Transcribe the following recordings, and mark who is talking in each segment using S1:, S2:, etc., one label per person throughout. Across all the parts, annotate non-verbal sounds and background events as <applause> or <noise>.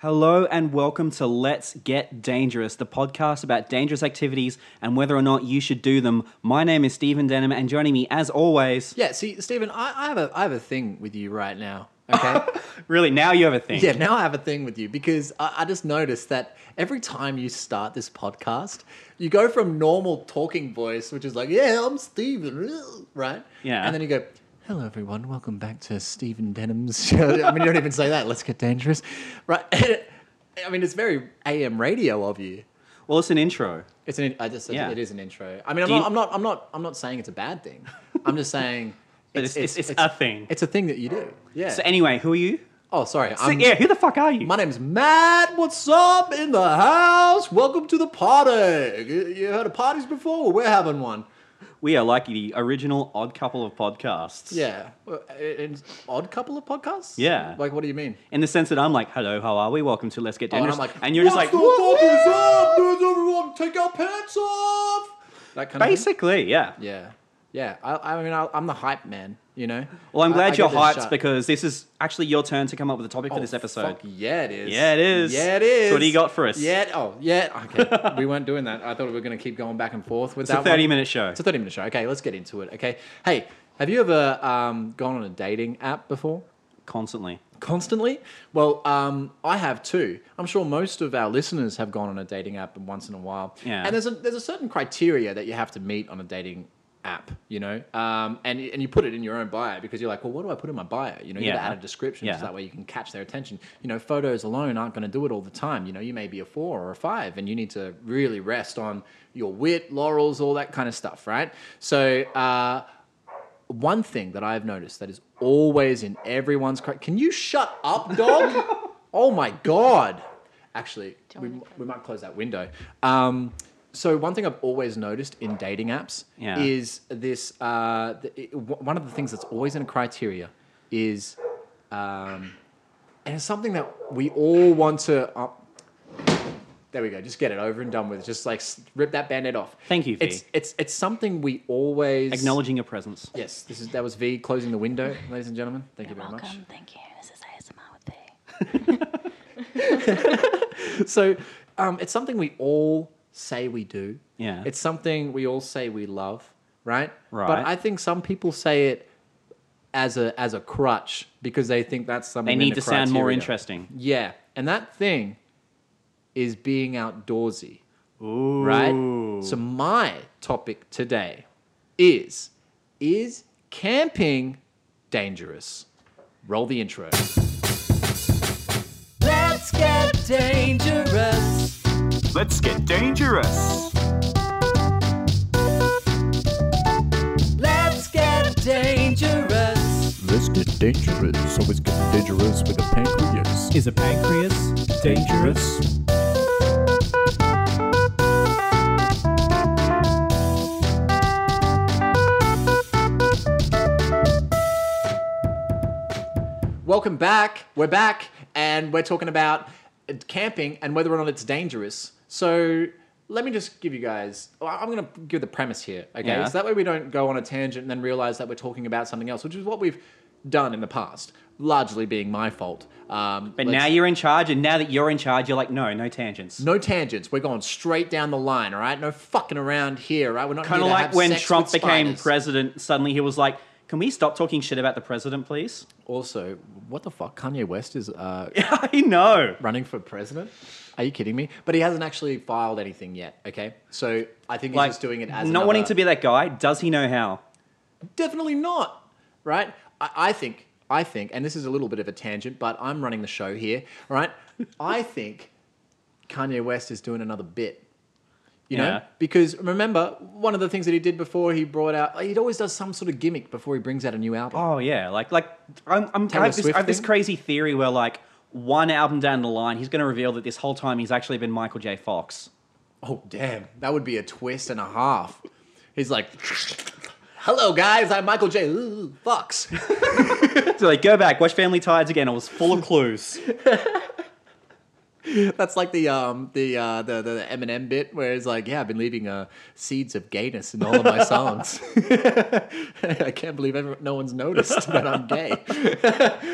S1: Hello and welcome to Let's Get Dangerous, the podcast about dangerous activities and whether or not you should do them. My name is Stephen Denham, and joining me as always,
S2: Yeah, see, Stephen, I, I have a I have a thing with you right now.
S1: <laughs>
S2: Okay.
S1: really now you have a thing.
S2: yeah, now I have a thing with you because I, I just noticed that every time you start this podcast, you go from normal talking voice, which is like, "Yeah, I'm Stephen," <laughs> right?
S1: Yeah.
S2: And then you go, "Hello, everyone. Welcome back to Stephen Denham's show." <laughs> I mean, you don't even say that. Let's get dangerous, right? <laughs> I mean, it's very AM radio of you.
S1: Well, it's an intro.
S2: It's an. I just.
S1: Yeah.
S2: It is an intro. I mean, I'm
S1: Do you-
S2: not, I'm not. I'm not. I'm not saying it's a bad thing. I'm just saying.
S1: <laughs> But it's- it's- it's a thing.
S2: It's a thing that you do. Yeah.
S1: So anyway, who are you?
S2: oh, sorry.
S1: So,
S2: I'm,
S1: yeah, who the fuck are you?
S2: My name's Matt. What's up in the house? Welcome to the party. You you heard of parties before? Well, we're having one.
S1: we are like the original odd couple of podcasts.
S2: Yeah. Well, a- an odd couple of podcasts.
S1: Yeah.
S2: Like, what do you mean?
S1: In the sense that I'm like, hello, how are we? Welcome to Let's Get
S2: Oh, and
S1: Dangerous.
S2: I'm like,
S1: you're just like,
S2: "What's
S1: "Woo-hoo!"
S2: the fuck is up? Does everyone take our pants off? That kind of. thing.
S1: basically, yeah.
S2: Yeah. Yeah. I, I mean, I, I'm the hype man. You know.
S1: Well, I'm
S2: I-
S1: glad
S2: I
S1: you're
S2: give this
S1: hyped
S2: shit.
S1: because this is actually your turn to come up with a topic for
S2: Oh,
S1: this episode.
S2: fuck, yeah, it is.
S1: Yeah, it is.
S2: Yeah, it is.
S1: So what do you got for us?
S2: Yeah. Oh, yeah.
S1: <laughs>
S2: Okay. we weren't doing that. I thought we were going to keep going back and forth with
S1: It's
S2: that.
S1: a 30
S2: one.
S1: minute show.
S2: It's a 30 minute show. Okay, let's get into it. Okay. Hey, have you ever um, gone on a dating app before?
S1: Constantly.
S2: Constantly? Well, um, I have too. I'm sure most of our listeners have gone on a dating app once in a while.
S1: Yeah.
S2: And there's a, there's a certain criteria that you have to meet on a dating app, you know? Um, and, y- and you put it in your own bio because you're like, well, what do I put in my bio? You know, you
S1: Yeah.
S2: gotta add a description
S1: Yeah.
S2: so that way you can catch their attention. You know, photos alone aren't going to do it all the time. You know, you may be a four or a five and you need to really rest on your wit, laurels, all that kind of stuff, right? So, uh, one thing that I've noticed that is always in everyone's cri- can you shut up, dog? oh my god! Actually, we, we might close that window. Um, so one thing I've always noticed in dating apps
S1: Yeah.
S2: is this. Uh, the, it- w- one of the things that's always in a criteria is, um, and it's something that we all want to. Uh, there we go. Just get it over and done with. Just like s- rip that band-aid off.
S1: Thank you, V.
S2: It's it's it's something we always
S1: Acknowledging your presence.
S2: Yes, this is that was V closing the window, ladies and gentlemen. Thank you
S3: You're
S2: very
S3: welcome. Thank you. This is ASMR with Dave.
S2: much. So, um, it's something we all say we do.
S1: Yeah.
S2: It's something we all say we love, right?
S1: Right.
S2: But I think some people say it as a as a crutch because they think that's something
S1: They
S2: in
S1: need to
S2: the
S1: sound more
S2: criteria.
S1: interesting.
S2: Yeah, and that thing is being outdoorsy.
S1: Ooh.
S2: right? So my topic today is is camping dangerous? Roll the intro. Let's get dangerous.
S4: Let's get dangerous.
S2: Let's get dangerous.
S5: Let's get dangerous. Always get dangerous with a pancreas.
S4: Is a pancreas dangerous?
S2: Welcome back. We're back and we're talking about uh, camping and whether or not it's dangerous. So let me just give you guys, well, I'm going to give the premise here, okay?
S1: Yeah.
S2: So that way we don't go on a tangent and then realize that we're talking about something else, which is what we've done in the past, largely being my fault. Um,
S1: But
S2: let's-
S1: now you're in charge, and now that you're in charge, you're like, no, no tangents.
S2: No tangents. We're going straight down the line, all right? No fucking around here, right? We're not
S1: kind of
S2: here to
S1: like
S2: have
S1: when
S2: sex
S1: Trump
S2: with
S1: became
S2: spiders.
S1: president, suddenly he was like, can we stop talking shit about the president, please? <laughs>
S2: Also, what the fuck? Kanye West is uh,
S1: I know.
S2: running for president? Are you kidding me? But he hasn't actually filed anything yet. Okay, so I think he's
S1: Like,
S2: just doing it as
S1: not wanting to
S2: another-
S1: be that guy. Does he know how?
S2: Definitely not. Right? I, I think. I think, and this is a little bit of a tangent, but I'm running the show here.
S1: <laughs>
S2: all Right? I think Kanye West is doing another bit. You know,
S1: Yeah.
S2: because remember one of the things that he did before he brought out, he always does some sort of gimmick before he brings out a new album.
S1: Oh yeah, like like I'm, I'm I
S2: Taylor
S1: have, this, I
S2: Swift
S1: have this
S2: thing?
S1: crazy theory where like one album down the line, he's going to reveal that this whole time he's actually been Michael J. Fox. <laughs>
S2: Oh, damn. That would be a twist and a half. He's like, hello, guys. I'm Michael J. Ooh, Fox. <laughs>
S1: So like, go back, watch Family Ties again. It was full of clues.
S2: That's like the um the uh the, the Eminem bit where it's like, yeah, I've been leaving uh seeds of gayness in all of my songs. <laughs> I can't believe everyone, no one's noticed that I'm gay.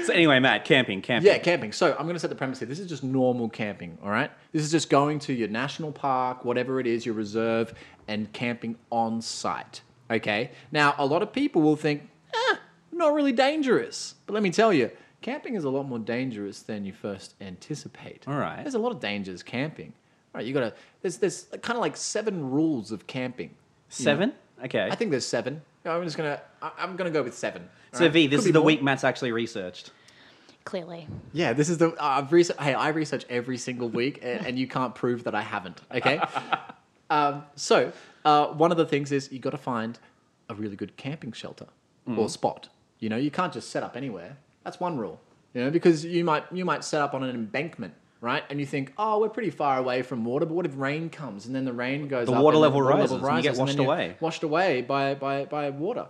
S1: So anyway, Matt, camping, camping.
S2: Yeah, camping. So I'm going to set the premise here. This is just normal camping, all right? This is just going to your national park, whatever it is, your reserve, and camping on site, okay? Now, a lot of people will think, ah, not really dangerous. But let me tell you, camping is a lot more dangerous than you first anticipate.
S1: All right.
S2: There's a lot of dangers camping. All right, you got to, there's, there's kind of like seven rules of camping.
S1: Seven? Okay.
S2: I think there's seven. I'm just going to, I'm going to go with seven. all
S1: so
S2: right?
S1: V, this
S2: Could
S1: is
S2: be
S1: the
S2: more.
S1: week Matt's actually researched.
S3: Clearly.
S2: Yeah, this is the uh, I've research. Hey, I research every single week, and, and you can't prove that I haven't.
S1: <laughs>
S2: Okay, um, so uh, one of the things is you got to find a really good camping shelter
S1: Mm.
S2: or spot. You know, you can't just set up anywhere. That's one rule. You know, because you might you might set up on an embankment, right? And you think, oh, we're pretty far away from water, but what if rain comes and then the rain goes
S1: The
S2: up
S1: water
S2: and
S1: level rises and you get
S2: and
S1: washed
S2: then you're
S1: away.
S2: washed away by by by water,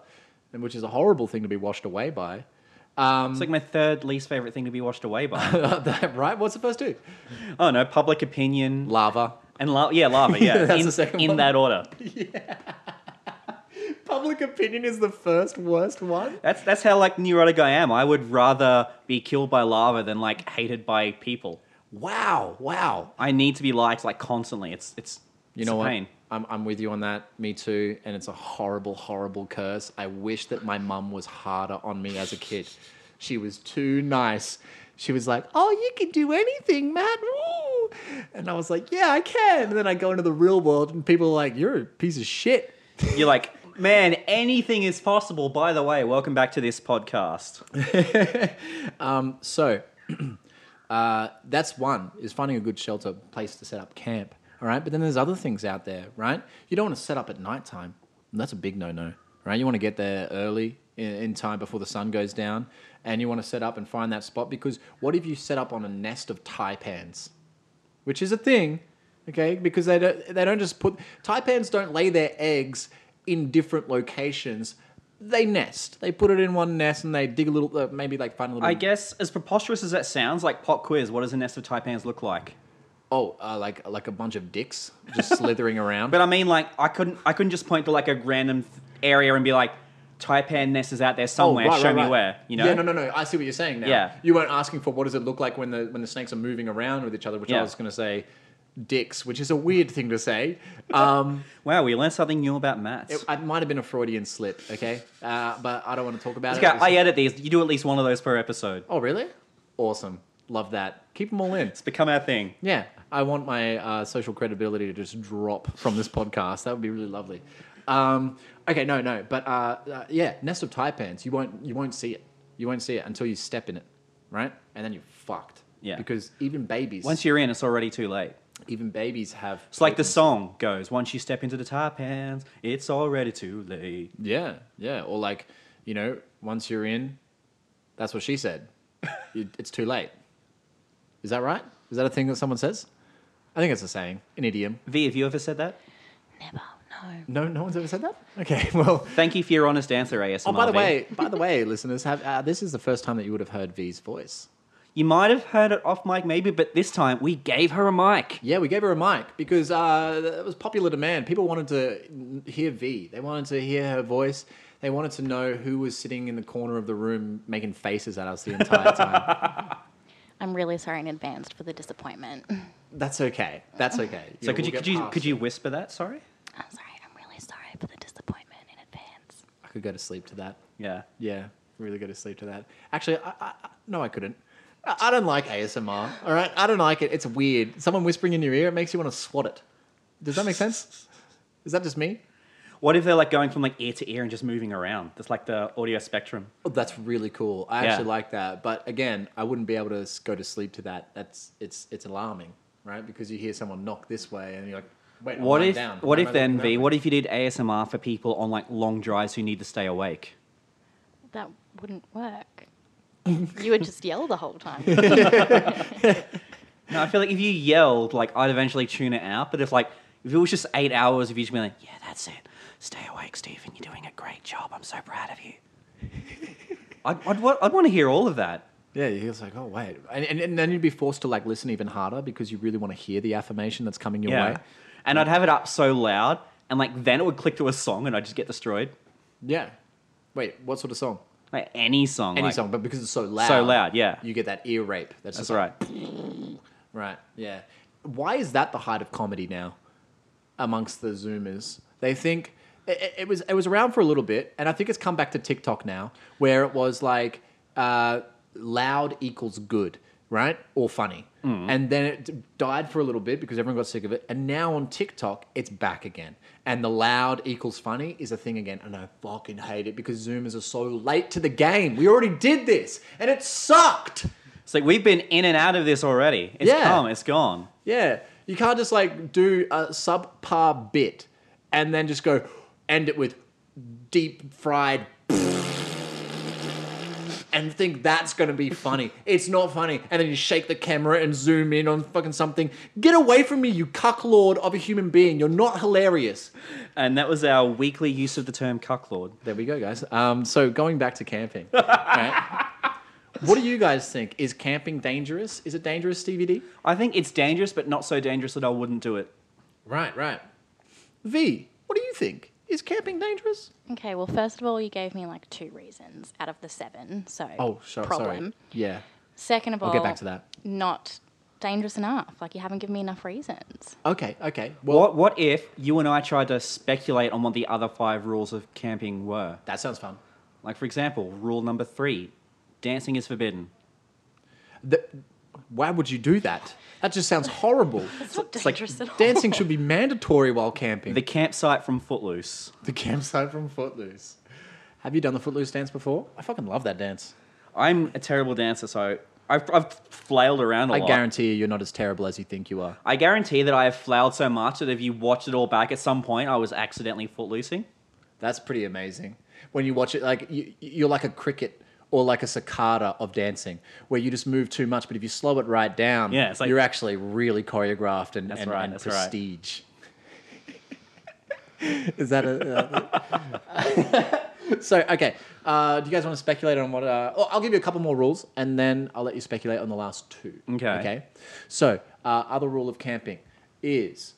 S2: and which is a horrible thing to be washed away by. <laughs> Um,
S1: It's like my third least favorite thing to be washed away
S2: <laughs>
S1: by.
S2: right? What's the first two?
S1: oh no, public opinion
S2: Lava.
S1: and la- yeah, lava. Yeah,
S2: <laughs> That's
S1: in,
S2: the second
S1: in
S2: one.
S1: that order.
S2: Public opinion is the first worst one.
S1: That's that's how like neurotic I am. I would rather be killed by lava than like hated by people.
S2: Wow, wow.
S1: I need to be liked like constantly. It's it's
S2: You
S1: it's
S2: know
S1: a
S2: what?
S1: pain.
S2: I'm, I'm with you on that. Me too. And it's a horrible, horrible curse. I wish that my mum was harder on me as a kid. She was too nice. She was like, "Oh, you can do anything, Matt." Ooh. And I was like, "Yeah, I can." And then I go into the real world, and people are like, "You're a piece of shit."
S1: You're like, man, anything is possible. By the way, welcome back to this
S2: <laughs>
S1: podcast.
S2: So <clears throat> uh, that's one is finding a good shelter place to set up camp. All right, but then there's other things out there, right? You don't want to set up at nighttime. That's a big no-no, right? You want to get there early in, in time before the sun goes down, and you want to set up and find that spot because what if you set up on a nest of taipans, which is a thing, okay? Because they don't they don't just put taipans don't lay their eggs in different locations. They nest. They put it in one nest and they dig a little, uh, maybe like find a little.
S1: I guess as preposterous as that sounds, like pop quiz, what does a nest of taipans look like?
S2: Oh, uh, like like a bunch of dicks
S1: <laughs>
S2: just slithering around.
S1: But I mean, like, I couldn't, I couldn't just point to like a random th- area and be like, Taipan nest is out there somewhere.
S2: Oh, right,
S1: Show
S2: right,
S1: me
S2: right.
S1: where. You know?
S2: Yeah, no, no, no. I see what you're saying now.
S1: Yeah.
S2: You weren't asking for what does it look like when the when the snakes are moving around with each other, which
S1: Yeah.
S2: I was going to say, dicks, which is a weird thing to say.
S1: <laughs>
S2: Um,
S1: Wow, we learned something new about maths.
S2: it, it might have been a Freudian slip, okay? Uh, but I don't want to talk about
S1: Okay,
S2: it.
S1: I edit these. You do at least one of those per episode.
S2: oh, really? Awesome. Love that. Keep them all in.
S1: It's become our thing.
S2: Yeah, I want my uh, social credibility to just drop from this podcast. That would be really lovely. Um, okay, no, no, but uh, uh, yeah, nest of taipans. You won't, you won't see it. You won't see it until you step in it, right? And then you're fucked.
S1: Yeah.
S2: Because even babies,
S1: Once you're in, it's already too late.
S2: even babies have.
S1: It's like the song goes: Once you step into the Taipans, it's already too late.
S2: Yeah, yeah, or like, you know, once you're in, that's what
S1: <laughs>
S2: she said. You- it's too late. Is that right? Is that a thing that someone says? I think it's a saying, an idiom.
S1: V, have you ever said that?
S3: Never. No.
S2: No, no one's ever said that. Okay, <laughs> well,
S1: Thank you for your honest answer, ASMR.
S2: Oh, by the
S1: V.
S2: way, by the way, <laughs> listeners, have uh, this is the first time that you would have heard V's voice.
S1: you might have heard it off mic, maybe, but this time we gave her a mic.
S2: Yeah, we gave her a mic because uh, it was popular demand. People wanted to n- hear V. They wanted to hear her voice. They wanted to know who was sitting in the corner of the room making faces at us the
S1: <laughs>
S2: entire time.
S3: I'm really sorry in advance for the disappointment. I'm
S2: That's okay. That's okay.
S1: So could you could you could you whisper that? Sorry.
S3: sorry. I'm really sorry for the disappointment in advance.
S2: I could go to sleep to that.
S1: Yeah.
S2: Yeah, really go to sleep to that. Actually, I, I, I- no, I couldn't. I, I don't like ASMR. All right, I don't like it. It's weird. Someone whispering in your ear, it makes you want to swat it. Does that make sense? Is that just me?
S1: What if they're like going from like ear to ear and just moving around? That's like the audio spectrum.
S2: Oh, that's really cool. I
S1: Yeah.
S2: actually like that. But again, I wouldn't be able to s- go to sleep to that. That's it's it's alarming, right? Because you hear someone knock this way, and you're like, wait,
S1: What
S2: I'm
S1: if
S2: down.
S1: what
S2: Why
S1: if
S2: am I looking
S1: then
S2: that
S1: V?
S2: way?
S1: What if you did ASMR for people on like long drives who need to stay awake?
S3: That wouldn't work. <laughs> you would just yell the whole time. <laughs>
S1: No, I feel like if you yelled, like I'd eventually tune it out. But if like if it was just eight hours of you just being like, yeah, that's it, stay awake, Stephen, <laughs> you're doing a great job. I'm so proud of you. I'd I'd, wa- I'd want to hear all of that.
S2: Yeah, he was like, oh, wait. And, and, and then you'd be forced to like listen even harder because you really want to hear the affirmation that's coming your
S1: Yeah.
S2: way.
S1: And I'd have it up so loud, and like then it would click to a song, and I'd just get destroyed.
S2: Yeah. Wait, what sort of song?
S1: Like any song.
S2: Any
S1: like-
S2: song, but because it's so loud.
S1: So loud, yeah.
S2: You get that ear rape. That's,
S1: That's
S2: just
S1: right.
S2: Right. Yeah. Why is that the height of comedy now amongst the Zoomers? They think it, it- it was it was around for a little bit, and I think it's come back to TikTok now, where it was like uh, loud equals good, right, or funny, and then it died for a little bit because everyone got sick of it, and now on TikTok it's back again, and the loud equals funny is a thing again, and I fucking hate it because Zoomers are so late to the game. We already did this, and it sucked.
S1: It's like we've been in and out of this already. It's
S2: Yeah.
S1: come, it's gone.
S2: Yeah, you can't just like do a subpar bit and then just go end it with deep fried <laughs> and think that's gonna be funny. It's not funny. And then you shake the camera and zoom in on fucking something. Get away from me, you cucklord of a human being. You're not hilarious.
S1: And that was our weekly use of the term cucklord.
S2: There we go, guys. Um, so going back to camping. right? What do you guys think? Is camping dangerous? Is it dangerous, DVD?
S1: I think it's dangerous, but not so dangerous that I wouldn't do it.
S2: Right, right. V, what do you think? Is camping dangerous?
S3: Okay, well, first of all, you gave me like two reasons out of the seven, so
S1: Oh,
S3: problem.
S2: Yeah,
S3: Second of all,
S2: I'll get back to that.
S3: Not dangerous enough. Like you haven't given me enough reasons.
S2: Okay, okay. Well,
S1: What, what if you and I tried to speculate on what the other five rules of camping were?
S2: that sounds fun.
S1: Like, for example, rule number three dancing is forbidden.
S2: The, why would you do that? That just sounds horrible.
S3: <laughs> It's not
S1: like
S3: dangerous at all.
S2: Dancing should
S3: <laughs>
S2: be mandatory while camping.
S1: The campsite from Footloose.
S2: the campsite from Footloose. Have you done the Footloose dance before? I fucking love that dance.
S1: I'm a terrible dancer, so I've, I've flailed around a
S2: I
S1: lot.
S2: guarantee you, you're not as terrible as you think you are.
S1: I guarantee that I have flailed so much that if you watch it all back at some point, I was accidentally footloosing.
S2: That's pretty amazing. When you watch it, like you, you're like a cricket or like a cicada of dancing, where you just move too much. But if you slow it right down,
S1: Yeah, it's like-
S2: you're actually really choreographed and and,
S1: right,
S2: and
S1: that's right.
S2: prestige. <laughs> Is that a? uh, <laughs> so okay, uh, do you guys want to speculate on what? Uh, oh, I'll give you a couple more rules, and then I'll let you speculate on the last two.
S1: Okay.
S2: Okay. So uh, other rule of camping is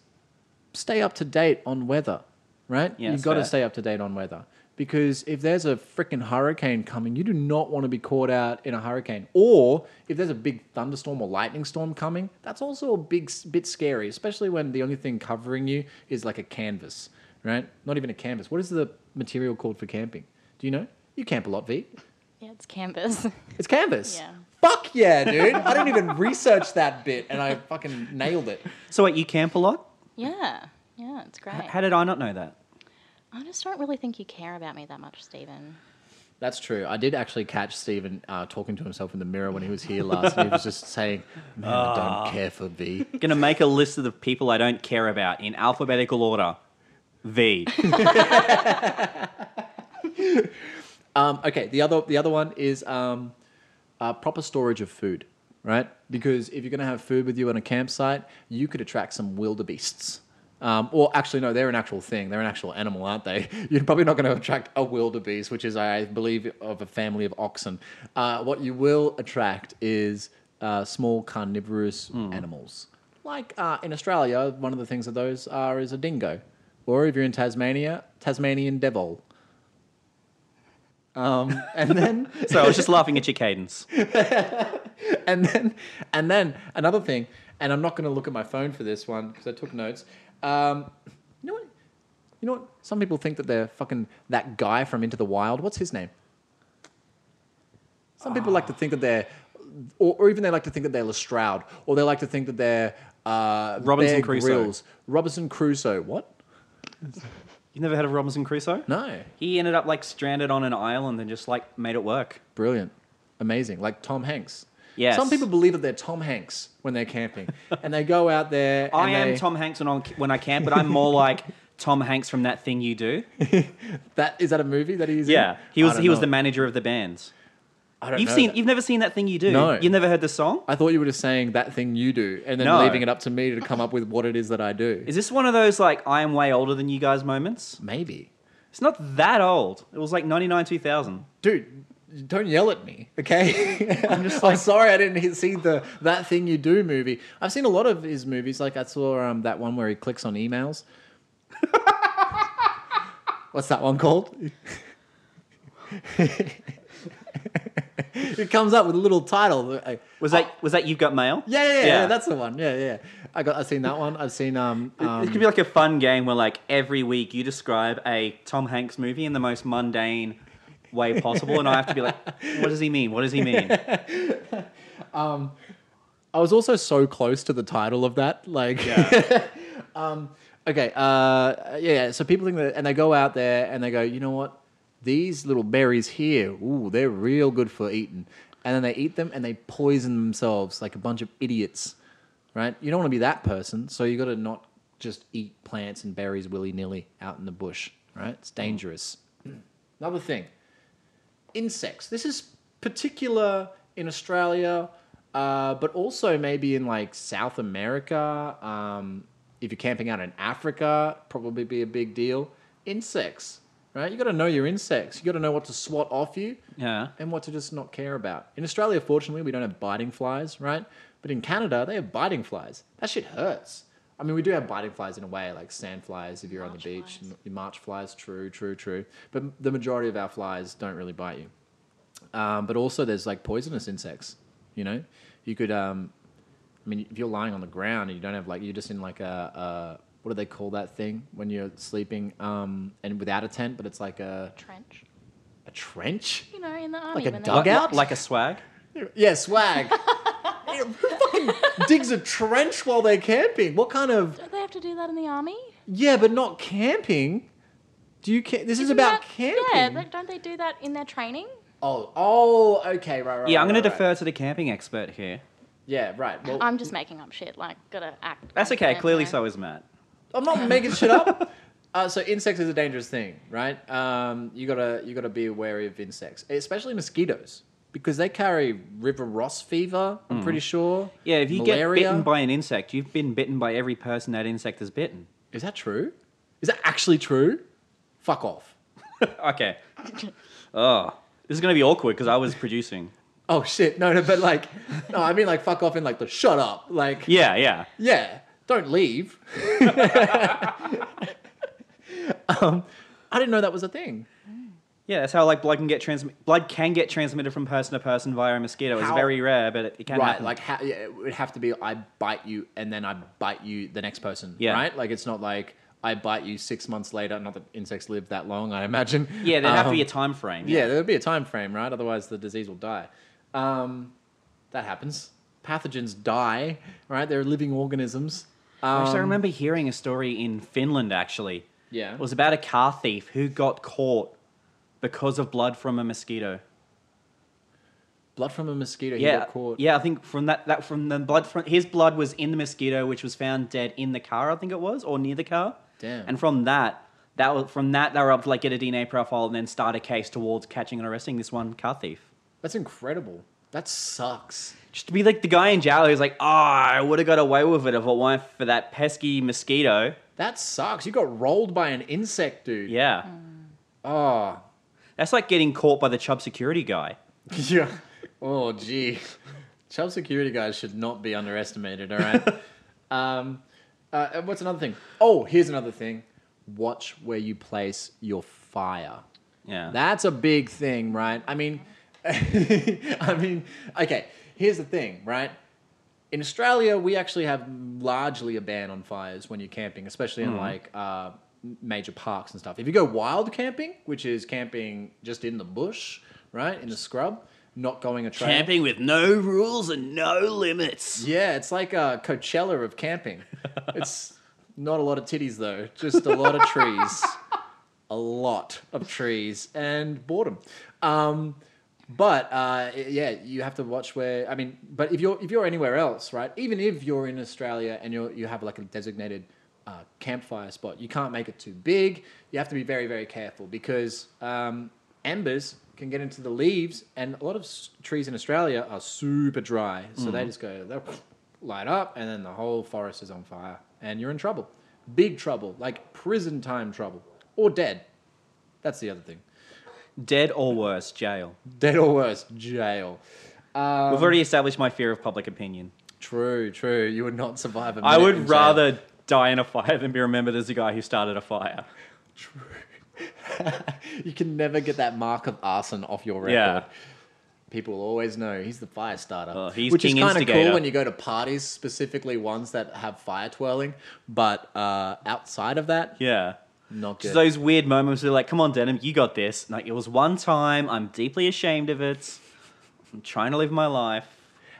S2: stay up to date on weather, right?
S1: Yeah,
S2: You've
S1: that's
S2: got to
S1: fair.
S2: stay up to date on weather because if there's a freaking hurricane coming, you do not want to be caught out in a hurricane. Or if there's a big thunderstorm or lightning storm coming, that's also a big s- bit scary, especially when the only thing covering you is like a canvas, right? Not even a canvas. What is the material called for camping? Do you know? You camp a lot, V.
S3: Yeah, it's canvas. <laughs>
S2: It's canvas.
S3: Yeah.
S2: Fuck yeah, dude. I didn't even research that bit and I fucking nailed it.
S1: So, wait, you camp a lot?
S3: yeah, yeah, it's great.
S1: How did I not know that?
S3: I just don't really think you care about me that much, Stephen.
S2: That's true. I did actually catch Stephen uh, talking to himself in the mirror when he was here last. and he was just saying, "Man, I don't care for V."
S1: Gonna make a list of the people I don't care about in alphabetical order. V.
S2: Um, okay, the other the other one is um, uh, proper storage of food, right? Because if you're going to have food with you on a campsite, you could attract some wildebeests. Um, or actually, no, they're an actual thing. They're an actual animal, aren't they? <laughs> You're probably not going to attract a wildebeest, which is, I believe, of a family of oxen. Uh, what you will attract is uh, small carnivorous animals. Like uh, in Australia, one of the things that those are is a dingo. Or if you're in Tasmania, Tasmanian devil. Um, and then
S1: So I was just laughing at your cadence.
S2: <laughs> and then and then another thing, and I'm not going to look at my phone for this one because I took notes. Um, you know what? You know what? Some people think that they're fucking that guy from Into the Wild. What's his name? Some people like to think that they're, or, or even they like to think that they're Lestrade, or they like to think that they're uh,
S1: Robinson
S2: Bear
S1: Crusoe.
S2: Grylls. Robinson Crusoe. What?
S1: You never heard of Robinson Crusoe?
S2: No.
S1: He ended up like stranded on an island and just like made it work.
S2: Brilliant. Amazing. Like Tom Hanks.
S1: Yes.
S2: Some people believe that they're Tom Hanks when they're camping, and they go out there. And
S1: <laughs> I am
S2: they-
S1: Tom Hanks when, I'm, when I camp, but I'm more like Tom Hanks from that thing you do.
S2: That is that a movie that he's in?
S1: Yeah, he
S2: I
S1: was
S2: don't
S1: he was
S2: know.
S1: the manager of the bands.
S2: I don't
S1: You've
S2: know
S1: seen
S2: that.
S1: you've never seen that thing you do.
S2: No.
S1: You've never heard the song.
S2: I thought you were just saying that thing you do, and then
S1: No.
S2: leaving it up to me to come up with what it is that I do.
S1: Is this one of those like I am way older than you guys moments?
S2: Maybe,
S1: It's not that old. It was like ninety nine two thousand.
S2: dude. don't yell at me,
S1: <laughs>
S2: okay? <laughs> I'm just like, sorry, I didn't he- see the that thing you do movie. I've seen a lot of his movies. Like I saw um, that one where he clicks
S1: <laughs>
S2: on emails. What's that one called? <laughs> it comes up with a little title. like,
S1: Was that was that you've got mail?
S2: yeah, yeah, yeah, yeah, that's the one. Yeah, yeah. I got. I've seen that one. I've seen. Um,
S1: It-
S2: um,
S1: it could be like a fun game where like every week you describe a Tom Hanks movie in the most mundane way possible, and I have to be
S2: <laughs>
S1: like, what does he mean? What does he mean?
S2: I was also so close to the title of that. Like, <laughs> um, okay, uh, yeah, yeah. So people think that, and they go out there and they go, you know what? These little berries here, ooh, they're real good for eating. And then they eat them and they poison themselves like a bunch of idiots, right? You don't want to be that person, so you got to not just eat plants and berries willy nilly out in the bush, right? It's
S1: Mm.
S2: dangerous. Another thing, insects. This is particular in Australia, uh, but also maybe in like South America. Um, if you're camping out in Africa, probably be a big deal. Insects, right? You got to know your insects. You got to know what to swat off you
S1: Yeah.
S2: and what to just not care about. In Australia, fortunately, we don't have biting flies, right? But in Canada, they have biting flies. That shit hurts. I mean, we do have biting flies in a way, like sand flies if you're on the
S3: March
S2: beach.
S3: flies.
S2: M- March flies, true, true, true. But m- the majority of our flies don't really bite you. Um, but also, there's like poisonous insects. You know, you could. Um, I mean, if you're lying on the ground and you don't have like you're just in like a, a what do they call that thing when you're sleeping um, and without a tent, but it's like a
S3: Trench.
S2: a trench.
S3: You know, in the army.
S2: Like a
S3: when they-
S2: dugout?
S1: Like, like a swag.
S2: Yeah,
S3: <laughs>
S2: swag. Yeah, Who fucking digs a trench while they're camping? What kind of?
S3: Don't they have to do that in the army?
S2: Yeah, but not camping. Do you? Ca- this is
S3: Isn't
S2: about
S3: that-
S2: camping.
S3: Yeah, but don't they do that in their training?
S2: oh, oh, okay, right, right.
S1: Yeah, I'm
S2: right,
S1: going to
S2: right,
S1: defer to the camping expert here.
S2: Yeah, right. Well,
S3: I'm just making up shit. Like, gotta act.
S1: That's okay.
S3: confident,
S1: Clearly,
S3: you know.
S1: so is Matt.
S2: I'm not making shit up. <laughs> Uh, so insects is a dangerous thing, right? Um, you gotta you gotta be wary of insects, especially mosquitoes, because they carry River Ross fever. I'm pretty sure.
S1: Hmm. Yeah, if you
S2: Malaria.
S1: get bitten by an insect, you've been bitten by every person that insect has bitten.
S2: is that true? Is that actually true? Fuck off.
S1: okay. Oh, this is going to be awkward because I was producing.
S2: Oh shit! No, no, but like, no, I mean like, fuck off and like the shut up, like, yeah,
S1: Yeah, yeah.
S2: don't leave. <laughs> um, Um, I didn't know that was a thing.
S1: Yeah, that's how like blood can get trans- blood can get transmitted from person to person via a mosquito. It's
S2: How-
S1: very rare, but it, it can
S2: right,
S1: happen.
S2: like ha- yeah, it would have to be I bite you and then I bite you the next person,
S1: Yeah.
S2: right? Like it's not like I bite you six months later. Not that insects live that long, I imagine.
S1: yeah, there'd have to be a
S2: Um,
S1: time frame.
S2: yeah, there'd be a time frame, right? Otherwise, the disease will die. Um, that happens. Pathogens die, right? They're living organisms.
S1: I actually remember hearing a story in Finland actually.
S2: um, Yeah.
S1: It was about a car thief who got caught because of blood from a mosquito.
S2: Blood from a mosquito. he
S1: yeah.
S2: got caught.
S1: Yeah, I think from that that from the blood from his blood was in the mosquito which was found dead in the car, I think it was, or near the car.
S2: Damn.
S1: And from that that was from that they were able to like get a DNA profile and then start a case towards catching and arresting this one car thief.
S2: That's incredible. That sucks.
S1: Just to be like the guy in jail who's like, oh, I would have got away with it if it weren't for that pesky mosquito.
S2: That sucks. You got rolled by an insect, dude.
S1: Yeah.
S2: Oh.
S1: That's like getting caught by the Chubb security guy.
S2: <laughs> Yeah. Oh, gee. Child security guys should not be underestimated, all
S1: <laughs>
S2: right? um, uh, and what's another thing? Oh, here's another thing. Watch where you place your fire.
S1: Yeah.
S2: That's a big thing, right? I mean, <laughs> I mean, okay, here's the thing, right? In Australia, we actually have largely a ban on fires when you're camping, especially in like uh, major parks and stuff. If you go wild camping, which is camping just in the bush, right, in the scrub, not going a trail.
S1: with no rules and no limits.
S2: Yeah, it's like a Coachella of camping. It's not a lot of titties though, just a lot of trees, a lot of trees and boredom. Um, but uh, yeah, you have to watch where. I mean, but if you're if you're anywhere else, right? Even if you're in Australia and you are you have like a designated uh, campfire spot, you can't make it too big. You have to be very very careful because um, embers can get into the leaves, and a lot of s- trees in Australia are super dry, so they just go they'll light up, and then the whole forest is on fire, and you're in trouble, big trouble, like prison time trouble, or dead. That's the other thing.
S1: Dead or worse, jail.
S2: Dead or worse, jail.
S1: We've already established my fear of public opinion.
S2: True, true. You would not survive a
S1: I
S2: minute in
S1: would
S2: jail.
S1: rather die in a fire than be remembered as the guy who started a fire.
S2: You can never get that mark of arson off your record.
S1: Yeah.
S2: People will always know he's the fire starter.
S1: Oh, he's
S2: which
S1: King
S2: is kind of
S1: Instigator.
S2: cool when you go to parties, specifically ones that have fire twirling. But uh, outside of that,
S1: Yeah.
S2: not good.
S1: Just those weird moments where they're like, come on, Denim, you got this. And, like, it was one time. I'm deeply ashamed of it. I'm trying to live my life.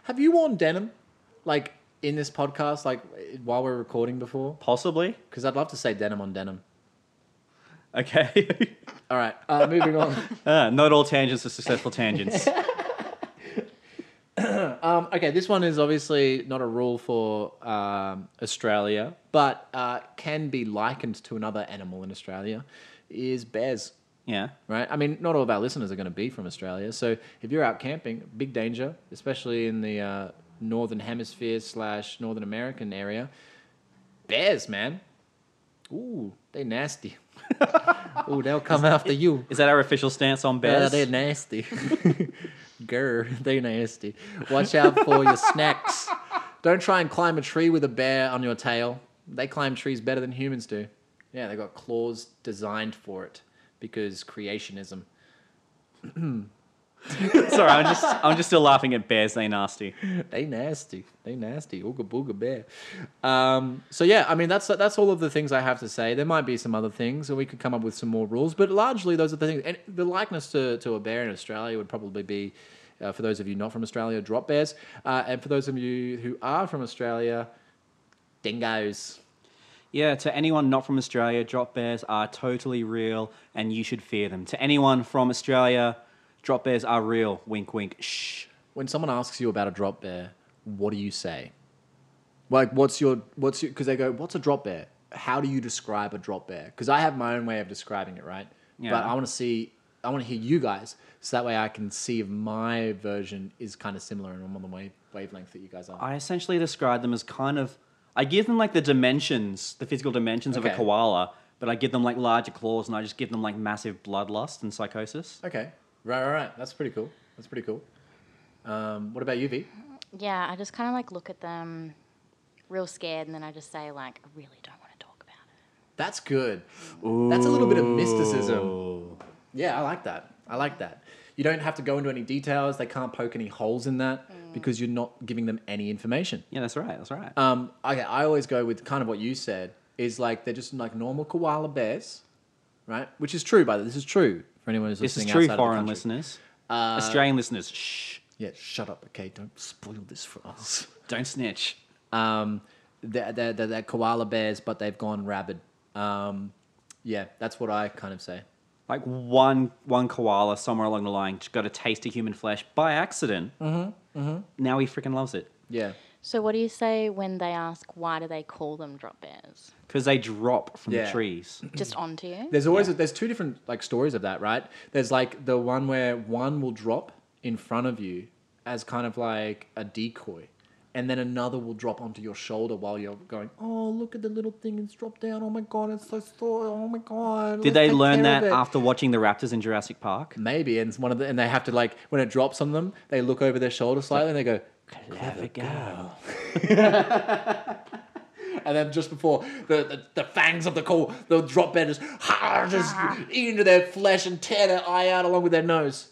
S2: have you worn denim, like in this podcast, like while we're recording before?
S1: Possibly.
S2: Because I'd love to say denim on denim.
S1: Okay. <laughs>
S2: All right, uh, moving on.
S1: Ah, not all tangents are successful <laughs> tangents.
S2: Um, okay, this one is obviously not a rule for um, Australia, but uh, can be likened to another animal in Australia. Is bears.
S1: yeah.
S2: right? I mean, not all of our listeners are going to be from Australia. So if you're out camping, big danger, especially in the uh, northern hemisphere slash northern American area. Bears, man. Ooh, they nasty. <laughs> Ooh, they'll come after you.
S1: Is that our official stance on
S2: Yeah,
S1: bears?
S2: they're nasty. <laughs> Grr, they nasty. Watch out for <laughs> your snacks. Don't try and climb a tree with a bear on your tail. They climb trees better than humans do. Yeah, they got claws designed for it because creationism.
S1: Sorry, I'm just, I'm just still laughing at bears. They nasty.
S2: <laughs> they nasty. They nasty. Ooga booga bear. Um, so yeah, I mean that's that's all of the things I have to say. There might be some other things, and we could come up with some more rules. But largely, those are the things. And the likeness to, to a bear in Australia would probably be, uh, for those of you not from Australia, drop bears, uh, and for those of you who are from Australia, dingoes.
S1: Yeah, to anyone not from Australia, drop bears are totally real and you should fear them. To anyone from Australia, drop bears are real. Wink, wink. Shh.
S2: When someone asks you about a drop bear, what do you say? Like, what's your what's your? Because they go, "What's a drop bear?" How do you describe a drop bear? Because I have my own way of describing it, right?
S1: Yeah.
S2: But I want to see, I want to hear you guys, so that way I can see if my version is kind of similar and I'm on the wave, wavelength that you guys are.
S1: I essentially describe them as kind of. I give them like the dimensions, the physical dimensions of a
S2: Okay.
S1: koala, but I give them like larger claws and I just give them like massive bloodlust and psychosis.
S2: okay, right, right, right. That's pretty cool. That's pretty cool. Um, what about you, V?
S3: Yeah, I just kind of like look at them real scared and then I just say, like, I really don't want to talk about it.
S2: That's good. That's a little bit of mysticism. Yeah, I like that. I like that. You don't have to go into any details. They can't poke any holes in that because you're not giving them any information.
S1: Yeah, that's right. That's right.
S2: Um, I, I always go with kind of what you said is like they're just like normal koala bears, right? Which is true, by the way. This is true for anyone who's
S1: this is
S2: listening
S1: true,
S2: outside of the
S1: foreign
S2: country. Uh,
S1: listeners. Australian listeners, shh.
S2: Yeah, shut up, okay? Don't spoil this for us.
S1: Don't snitch.
S2: Um, they're, they're, they're, they're koala bears, but they've gone rabid. Um, yeah, that's what I kind of say.
S1: Like one one koala somewhere along the line just got a taste of human flesh by accident. Mm-hmm. Mm-hmm. Now he freaking loves it
S2: Yeah.
S3: So, what do you say when they ask, why do they call them drop bears?
S1: because they drop from the
S2: Yeah.
S1: trees.
S3: Just onto you?
S2: Mm. There's always there's two different like stories of that, right? There's like the one where one will drop in front of you as kind of like a decoy, and then another will drop onto your shoulder while you're going, "Oh, look at the little thing! It's dropped down! Oh my god, it's so slow! Oh my god!"
S1: Did
S2: let's
S1: they
S2: take
S1: learn
S2: care
S1: that
S2: of it."
S1: after watching the raptors in Jurassic Park?
S2: Maybe, and it's one of the and they have to like when it drops on them, they look over their shoulder slightly and they go,
S1: Clever girl.
S2: and then just before the, the, the fangs of the coal, the drop bear just, just
S1: Uh-huh.
S2: eat into their flesh and tear their eye out along with their nose.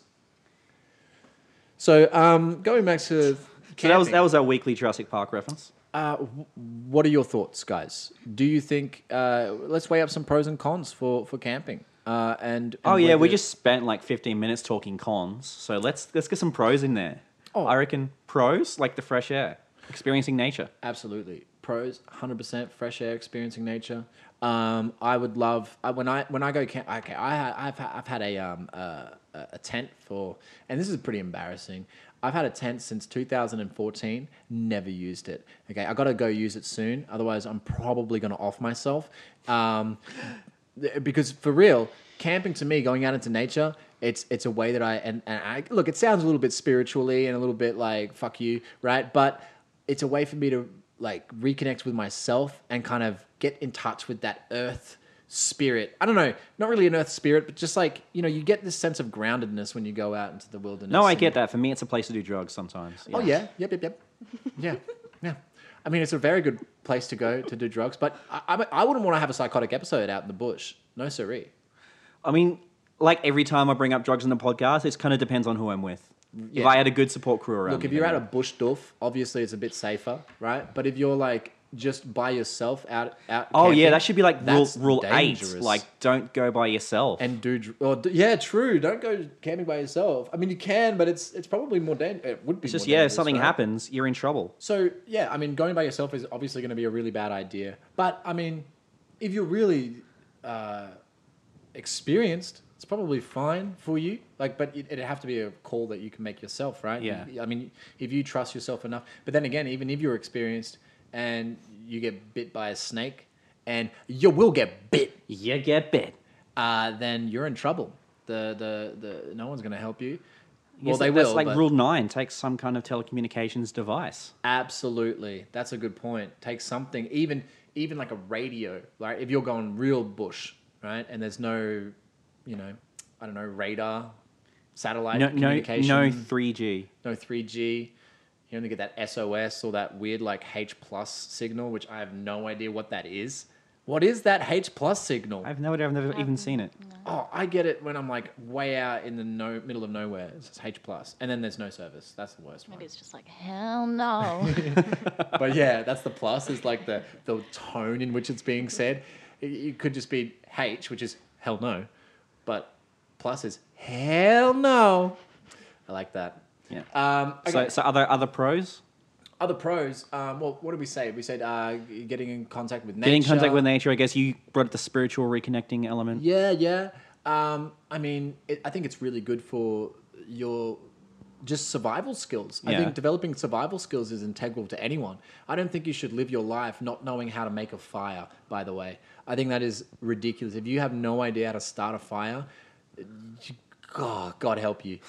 S2: So um, going back to
S1: So that was that was our weekly Jurassic Park reference.
S2: uh, wh- what are your thoughts, guys? Do you think uh, let's weigh up some pros and cons for for camping? Uh, and, and
S1: Oh yeah, we
S2: whether-
S1: just spent like 15 minutes talking cons. So let's let's get some pros in there.
S2: Oh.
S1: I reckon pros like the fresh air, experiencing nature.
S2: Absolutely. Pros, 100% fresh air, experiencing nature. Um, I would love I, when I when I go camp. Okay, I ha- I've ha- I've had a um uh, a a tent for, and this is pretty embarrassing. I've had a tent since 2014. Never used it. Okay, I gotta go use it soon. Otherwise, I'm probably gonna off myself. Um, th- because for real, camping to me, going out into nature, it's it's a way that I and, and I look. It sounds a little bit spiritually and a little bit like fuck you, right? But it's a way for me to like reconnect with myself and kind of get in touch with that earth spirit. I don't know, not really an earth spirit, but just like you know, you get this sense of groundedness when you go out into the wilderness.
S1: No, I
S2: and-
S1: get that. For me, it's a place to do drugs sometimes.
S2: Oh yeah, yep, yep, <laughs> yep, yeah, yeah. I mean, it's a very good place to go to do drugs, but I, I, I wouldn't want to have a psychotic episode out in the bush. No, siree.
S1: I mean, like every time I bring up drugs in the podcast, it kind of depends on who I'm with. If
S2: Yeah.
S1: I had a good support crew around,
S2: Look, if
S1: me,
S2: you're
S1: then
S2: at a bush doof, obviously it's a bit safer, right? But if you're like just by yourself out out.
S1: Oh yeah,
S2: camping,
S1: that should be like rule
S2: that's
S1: rule eight.
S2: dangerous.
S1: Like, don't go by yourself.
S2: and do dr- or d yeah, true. Don't go camping by yourself. I mean, you can, but it's it's probably more dangerous. It would be
S1: it's just
S2: more
S1: yeah, if
S2: dangerous,
S1: something
S2: right?
S1: happens, you're in trouble.
S2: So yeah, I mean, going by yourself is obviously going to be a really bad idea. But I mean, if you're really uh, experienced, it's probably fine for you. Like, but it, it'd have to be a call that you can make yourself, right?
S1: Yeah.
S2: You- I mean, if you trust yourself enough. But then again, even if you're experienced and you get bit by a snake, and you will get bit
S1: You get bit.
S2: uh, then you're in trouble. The the the no one's going to help you. Well,
S1: Yes,
S2: they
S1: that's
S2: will.
S1: Like
S2: but
S1: rule nine, take some kind of telecommunications device.
S2: absolutely, that's a good point. Take something, even even like a radio, right? If you're going real bush, right, and there's no, you know, I don't know, radar, satellite
S1: No, no,
S2: communication,
S1: no, three G.
S2: no 3G. You only get that SOS or that weird like H plus signal, which I have no idea what that is. What is that H plus signal?
S1: I've never, I've never even seen it.
S2: Oh, I get it when I'm like way out in the no middle of nowhere. It's just H plus, and then there's no service. That's the worst one.
S3: Maybe it's just like,
S2: <laughs>
S3: hell no.
S2: but yeah, that's the plus. Is like the the tone in which it's being said. It, it could just be H, which is hell no, but plus is hell no. I like that.
S1: Yeah.
S2: Um, okay.
S1: So, so other other pros,
S2: Other pros. Um, well, what did we say? We said uh, getting in contact with nature.
S1: getting in contact with nature. I guess you brought up the spiritual reconnecting element.
S2: Yeah, yeah. Um, I mean, it, I think it's really good for your just survival skills. I
S1: Yeah.
S2: think developing survival skills is integral to anyone. I don't think you should live your life not knowing how to make a fire, by the way. I think that is ridiculous. If you have no idea how to start a fire, you- God, God help you.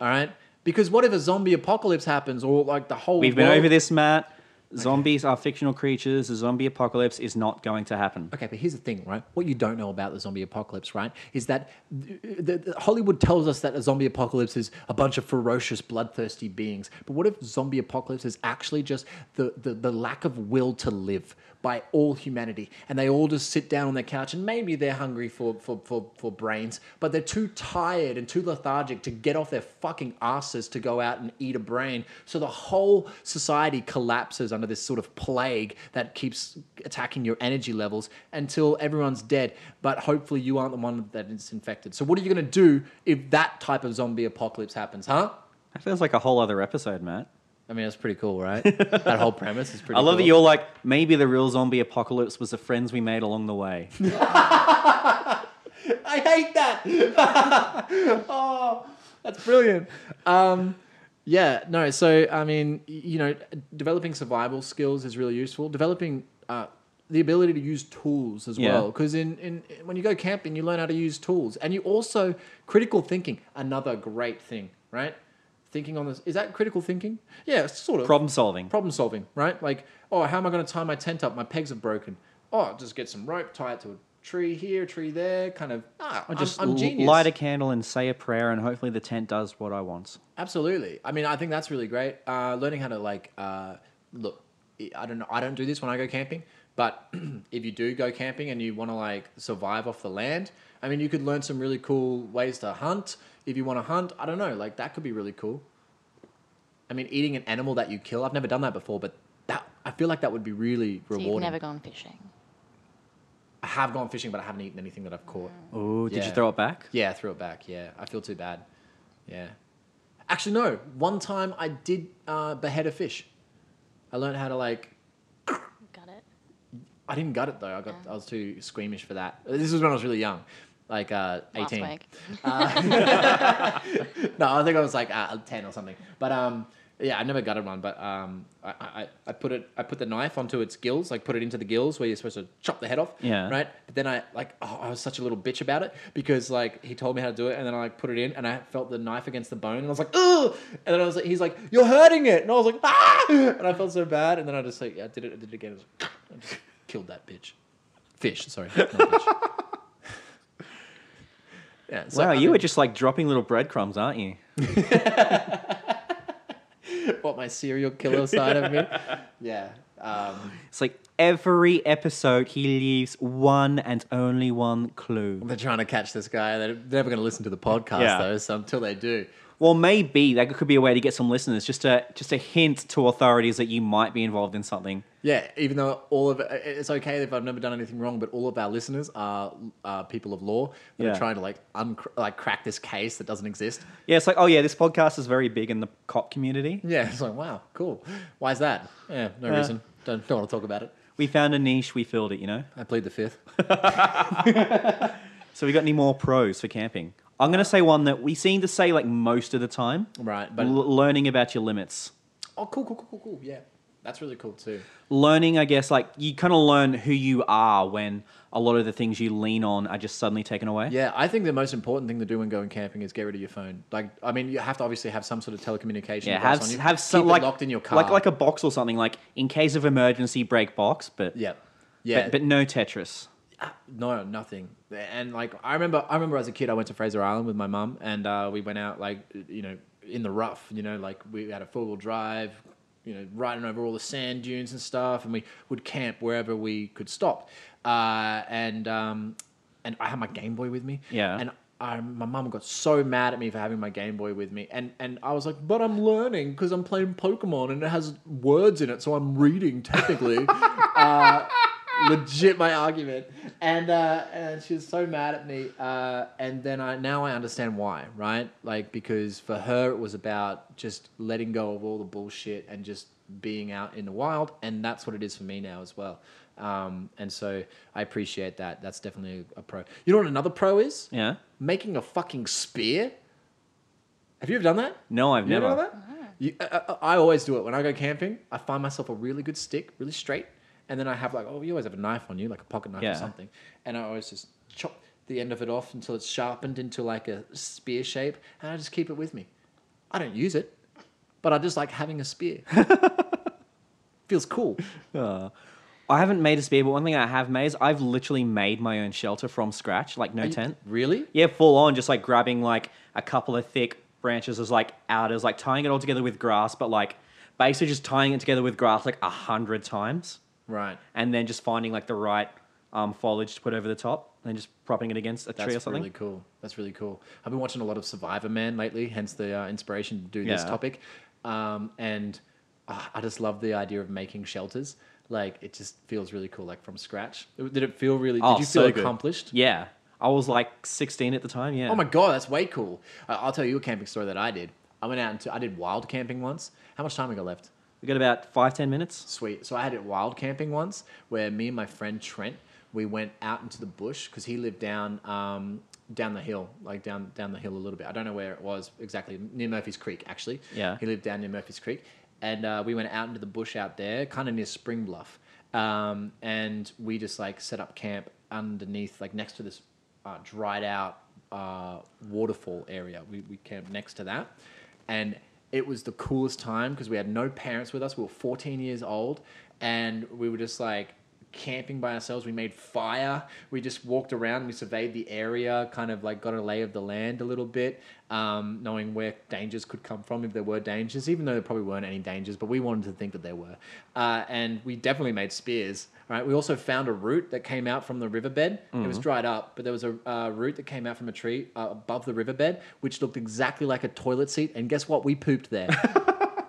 S2: All right? Because what if a zombie apocalypse happens or like the whole
S1: We've been
S2: world-
S1: over this, Matt. Zombies are fictional creatures. The zombie apocalypse is not going to happen.
S2: Okay, but here's the thing, right? What you don't know about the zombie apocalypse, right, is that th- th- th- Hollywood tells us that a zombie apocalypse is a bunch of ferocious, bloodthirsty beings. But what if zombie apocalypse is actually just the, the, the lack of will to live by all humanity? And they all just sit down on their couch and maybe they're hungry for, for, for, for brains, but they're too tired and too lethargic to get off their fucking asses to go out and eat a brain. So the whole society collapses under this sort of plague that keeps attacking your energy levels until everyone's dead. But hopefully, you aren't the one that is infected. So, what are you going to do if that type of zombie apocalypse happens, huh?
S1: That feels like a whole other episode, Matt.
S2: I mean, that's pretty cool,
S1: <laughs>
S2: right? that whole premise is pretty
S1: I love
S2: cool.
S1: that you're like, maybe the real zombie apocalypse was the friends we made along the
S2: <laughs>
S1: way.
S2: I hate that. <laughs> oh, that's brilliant. Um, yeah, no. So I mean, y- you know, developing survival skills is really useful. Developing uh, the ability to use tools as
S1: Yeah.
S2: well, because in, in when you go camping, you learn how to use tools, and you also critical thinking. Another great thing, right? Thinking on this is that critical thinking? Yeah, it's sort of
S1: Problem solving.
S2: problem solving, right? Like, oh, how am I going to tie my tent up? My pegs are broken. Oh, just get some rope, tie it to a tree here, a tree there, kind of. Ah,
S1: I
S2: I'm,
S1: just
S2: I'm
S1: l-
S2: genius.
S1: light a candle and say a prayer, and hopefully the tent does what I want.
S2: Absolutely. I mean, I think that's really great. Uh, learning how to like uh, look. I don't know. I don't do this when I go camping, but <clears throat> if you do go camping and you want to like survive off the land, I mean, you could learn some really cool ways to hunt. If you want to hunt, I don't know. Like that could be really cool. I mean, eating an animal that you kill. I've never done that before, but that I feel like that would be really
S3: so
S2: rewarding.
S3: you've never gone fishing.
S2: I have gone fishing, but I haven't eaten anything that I've caught.
S3: Mm.
S1: Oh, did
S2: Yeah.
S1: you throw it back?
S2: Yeah, I threw it back. Yeah, I feel too bad. Yeah. Actually, no. One time I did uh, behead a fish. I learned how to like.
S3: Got it?
S2: I didn't gut it though. I got. I was too squeamish for that. This was when I was really young, like uh,
S3: Last
S2: eighteen.
S3: week.
S2: <laughs> No, I think I was like uh, ten or something. But um, yeah, I never gutted one. But um, I, I, I put it, I put the knife onto its gills, like put it into the gills where you're supposed to chop the head off.
S1: Yeah.
S2: Right. But then I like, oh, I was such a little bitch about it because like he told me how to do it, and then I like put it in, and I felt the knife against the bone, and I was like, ugh. And then I was like, he's like, you're hurting it, and I was like, <laughs> ah. And I felt so bad, and then I just like, I did it, I did it again, I, was like, I just killed that bitch. Fish, sorry. not fish.
S1: <laughs>
S2: yeah, so
S1: wow,
S2: I
S1: you were just like dropping little breadcrumbs, aren't you?
S2: what my
S1: <laughs>
S2: serial killer side of me. Yeah. Um,
S1: It's like every episode he leaves one and only one clue.
S2: they're trying to catch this guy. They're never going to listen to the podcast
S1: Yeah.
S2: though. So until they do,
S1: Well, maybe that could be a way to get some listeners, just a just a hint to authorities that you might be involved in something.
S2: yeah. Even though all of it's okay if I've never done anything wrong, but all of our listeners are uh, people of law that
S1: Yeah.
S2: are trying to like un- like crack this case that doesn't exist.
S1: Yeah, it's like, oh yeah, this podcast is very big in the cop community.
S2: Yeah. It's like wow, cool. Why is that? Yeah, no
S1: Yeah.
S2: reason. Don't don't want to talk about it.
S1: We found a niche, we filled it, you know.
S2: I plead the fifth.
S1: So we got any more pros for camping? I'm gonna say one that we seem to say like most of the time.
S2: Right, but-
S1: L- learning about your limits.
S2: Oh, cool, cool, cool, cool, cool. Yeah, that's really cool too.
S1: learning, I guess, like you kind of learn who you are when a lot of the things you lean on are just suddenly taken away.
S2: Yeah, I think the most important thing to do when going camping is get rid of your phone. Like, I mean, you have to obviously have some sort of telecommunication.
S1: Yeah,
S2: device
S1: have
S2: on you.
S1: have some
S2: Keep it
S1: like
S2: locked in your car,
S1: like like a box or something, like in case of emergency, break box, but
S2: yeah,
S1: but-
S2: yeah,
S1: but, no Tetris.
S2: no, nothing. And like, I remember, I remember as a kid, I went to Fraser Island with my mum, and uh, we went out like, you know, in the rough. You know, like we had a four wheel drive, you know, riding over all the sand dunes and stuff, and we would camp wherever we could stop. Uh, and um, and I had my Game Boy with me.
S1: Yeah.
S2: And I, my mum got so mad at me for having my Game Boy with me, and and I was like, but I'm learning because I'm playing Pokemon and it has words in it, so I'm reading technically. uh, legit, my argument, and uh, and she was so mad at me, uh, and then I now I understand why, right? Like because for her it was about just letting go of all the bullshit and just being out in the wild, and that's what it is for me now as well. Um, and so I appreciate that. That's definitely a pro. You know what another pro is?
S1: Yeah.
S2: making a fucking spear. Have you ever done that?
S1: No, I've
S2: You ever
S1: never.
S2: done that? You, I, I, I always do it when I go camping. I find myself a really good stick, really straight, and then I have like oh, you always have a knife on you, like a pocket knife
S1: Yeah.
S2: or something, and I always just chop the end of it off until it's sharpened into like a spear shape, and I just keep it with me. I don't use it, but I just like having
S1: <laughs>
S2: a spear. Feels cool.
S1: I haven't made a spear, but one thing I have made is I've literally made my own shelter from scratch, like no tent.
S2: Really?
S1: Yeah, full on, just like grabbing like a couple of thick branches as like outers, like tying it all together with grass, but like basically just tying it together with grass like a hundred times.
S2: Right.
S1: and then just finding like the right um, foliage to put over the top and just propping it against a tree or
S2: That's
S1: something.
S2: really cool. That's really cool. I've been watching a lot of Survivor Man lately, hence the uh, inspiration to do this
S1: Yeah.
S2: topic. Um, and uh, I just love the idea of making shelters. Like it just feels really cool, like from scratch. Did it feel really?
S1: Oh,
S2: did you
S1: so
S2: feel
S1: good.
S2: accomplished?
S1: Yeah, I was like 16 at the time. Yeah.
S2: Oh my god, that's way cool. Uh, I'll tell you a camping story that I did. I went out into I did wild camping once. How much time we got left?
S1: We got about five ten minutes.
S2: Sweet. So I had it wild camping once, where me and my friend Trent, we went out into the bush because he lived down um, down the hill, like down down the hill a little bit. I don't know where it was exactly, near Murphy's Creek actually.
S1: Yeah.
S2: He lived down near Murphy's Creek, and uh, we went out into the bush out there, kind of near Spring Bluff, um, and we just like set up camp underneath, like next to this uh, dried out uh, waterfall area. We we camped next to that, and it was the coolest time because we had no parents with us. We were 14 years old, and we were just like camping by ourselves. We made fire. We just walked around. We surveyed the area, kind of like got a lay of the land a little bit, um, knowing where dangers could come from if there were dangers, even though there probably weren't any dangers, but we wanted to think that there were. Uh, and we definitely made spears. Right. We also found a root that came out from the riverbed. It was dried up, but there was a uh, root that came out from a tree uh, above the riverbed, which looked exactly like a toilet seat. And guess what? We pooped there.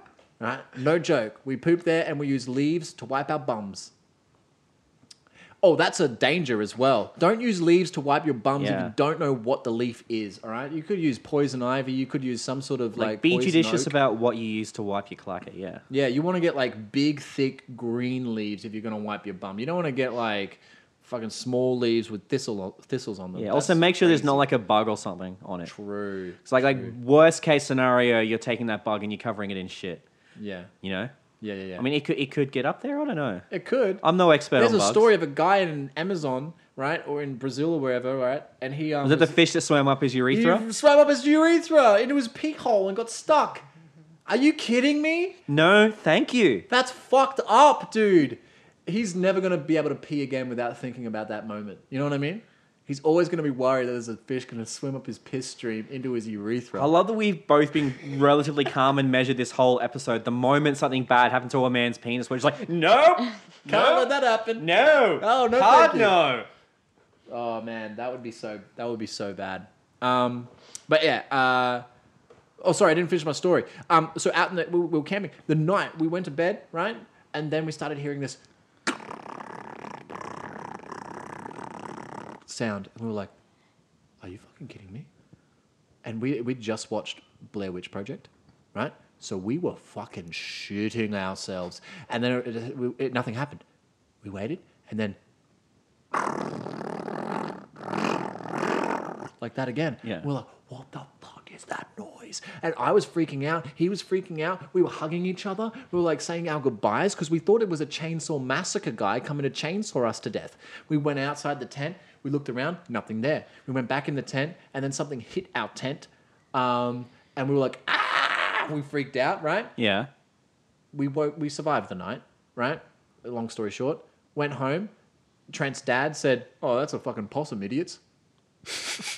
S2: <laughs> right? No joke. We pooped there and we used leaves to wipe our bums. Oh, that's a danger as well. Don't use leaves to wipe your bums if
S1: Yeah.
S2: you don't know what the leaf is. All right, you could use poison ivy. You could use some sort of
S1: Like,
S2: like,
S1: be
S2: poison
S1: judicious
S2: oak.
S1: about what you use to wipe your clacker. Yeah.
S2: Yeah, you want to get like big, thick green leaves if you're gonna wipe your bum. You don't want to get like fucking small leaves with thistle thistles on them.
S1: Yeah. also,
S2: That's
S1: make sure there's not like
S2: crazy.
S1: a bug or something on it.
S2: true.
S1: It's like like worst case scenario, you're taking that bug and you're covering it in shit.
S2: Yeah,
S1: You know.
S2: yeah, yeah. yeah.
S1: I mean, it could it could get up there. I don't know.
S2: it could.
S1: I'm no expert
S2: There's
S1: on
S2: a
S1: bugs.
S2: story of a guy in Amazon, right, or in Brazil or wherever, right, and he um,
S1: Was it the fish that swam up his urethra?
S2: He swam up his urethra into his pee hole and got stuck. Are you kidding me?
S1: No, thank you.
S2: That's fucked up, dude. he's never going to be able to pee again without thinking about that moment. You know what I mean? He's always going to be worried that there's a fish going to swim up his piss stream into his urethra.
S1: I love that we've both been relatively calm and measured this whole episode. The moment something bad happened to a man's penis, we're just like,
S2: <laughs>
S1: nope,
S2: Can't
S1: no,
S2: let that happen.
S1: no,
S2: Oh, no,
S1: hard
S2: thank you."
S1: no.
S2: Oh man, that would be so that would be so bad. Um, but yeah. Uh, oh, sorry, I didn't finish my story. Um, so out in the we, we were camping the night we went to bed right, and then we started hearing this sound, and we were like, "Are you fucking kidding me?" And we we just watched Blair Witch Project, right? So we were fucking shooting ourselves, and then it, it, it, nothing happened. We waited, and then like that again.
S1: Yeah.
S2: We're like, what the fuck is that noise? And I was freaking out. He was freaking out. We were hugging each other. We were like saying our goodbyes because we thought it was a chainsaw massacre guy coming to chainsaw us to death. We went outside the tent. We looked around, nothing there. We went back in the tent, and then something hit our tent. Um, and we were like, ah! We freaked out, right?
S1: Yeah.
S2: we woke, we survived the night, right? Long story short, went home. Trent's dad said, "Oh, that's a fucking possum, <laughs> idiots."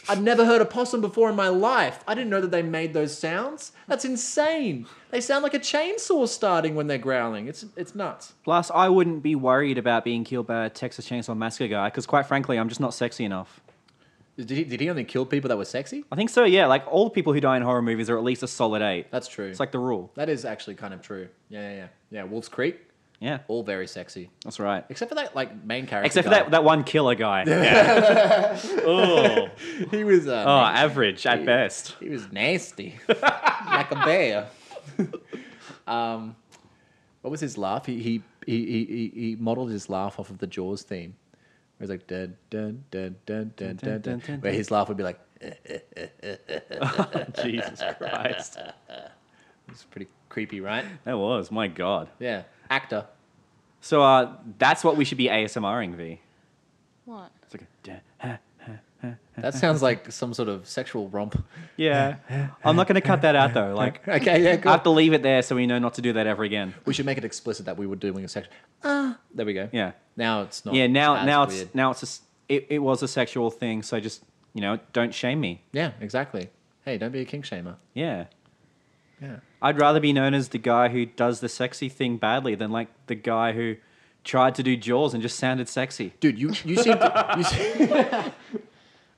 S2: I'd never heard a possum before in my life. I didn't know that they made those sounds. That's insane. They sound like a chainsaw starting when they're growling. It's it's nuts.
S1: Plus, I wouldn't be worried about being killed by a Texas Chainsaw Massacre guy because, quite frankly, I'm just not sexy enough.
S2: Did he, did he only kill people that were sexy?
S1: I think so, yeah. Like, all people who die in horror movies are at least a solid eight.
S2: That's true.
S1: It's like the rule.
S2: that is actually kind of true. Yeah, yeah, yeah. Yeah, Wolf's Creek,
S1: Yeah,
S2: all very sexy,
S1: that's right.
S2: except for that like main character.
S1: Except for
S2: guy.
S1: that, that one killer guy. oh,
S2: <laughs> he was uh,
S1: oh, average at best. <laughs>
S2: He was nasty, <laughs> like a bear. <laughs> um, what was his laugh? He he, he he he he modeled his laugh off of the Jaws theme. Where he's like dun dun dun dun dun dun dun,
S1: dun,
S2: where his laugh would be like
S1: Jesus Christ.
S2: it's pretty creepy, right?
S1: That was, my God.
S2: Yeah, actor.
S1: So uh, that's what we should be ASMRing, V.
S3: What?
S1: It's like, a,
S2: That sounds like some sort of sexual romp. <laughs>
S1: yeah. I'm not going to cut that out though. Like,
S2: Okay, yeah,
S1: I
S2: cool.
S1: have to leave it there so we know not to do that ever again.
S2: We should make it explicit that we were doing a section. Ah, there we go.
S1: Yeah.
S2: Now it's not.
S1: Yeah. Now,
S2: as
S1: now
S2: weird.
S1: it's now it's a s it, it was a sexual thing. So just you know, don't shame me.
S2: yeah, exactly. Hey, don't be a king shamer.
S1: Yeah.
S2: Yeah.
S1: I'd rather be known as the guy who does the sexy thing badly than like the guy who tried to do Jaws and just sounded sexy.
S2: Dude, you you seem to,
S1: <laughs>
S2: you seem,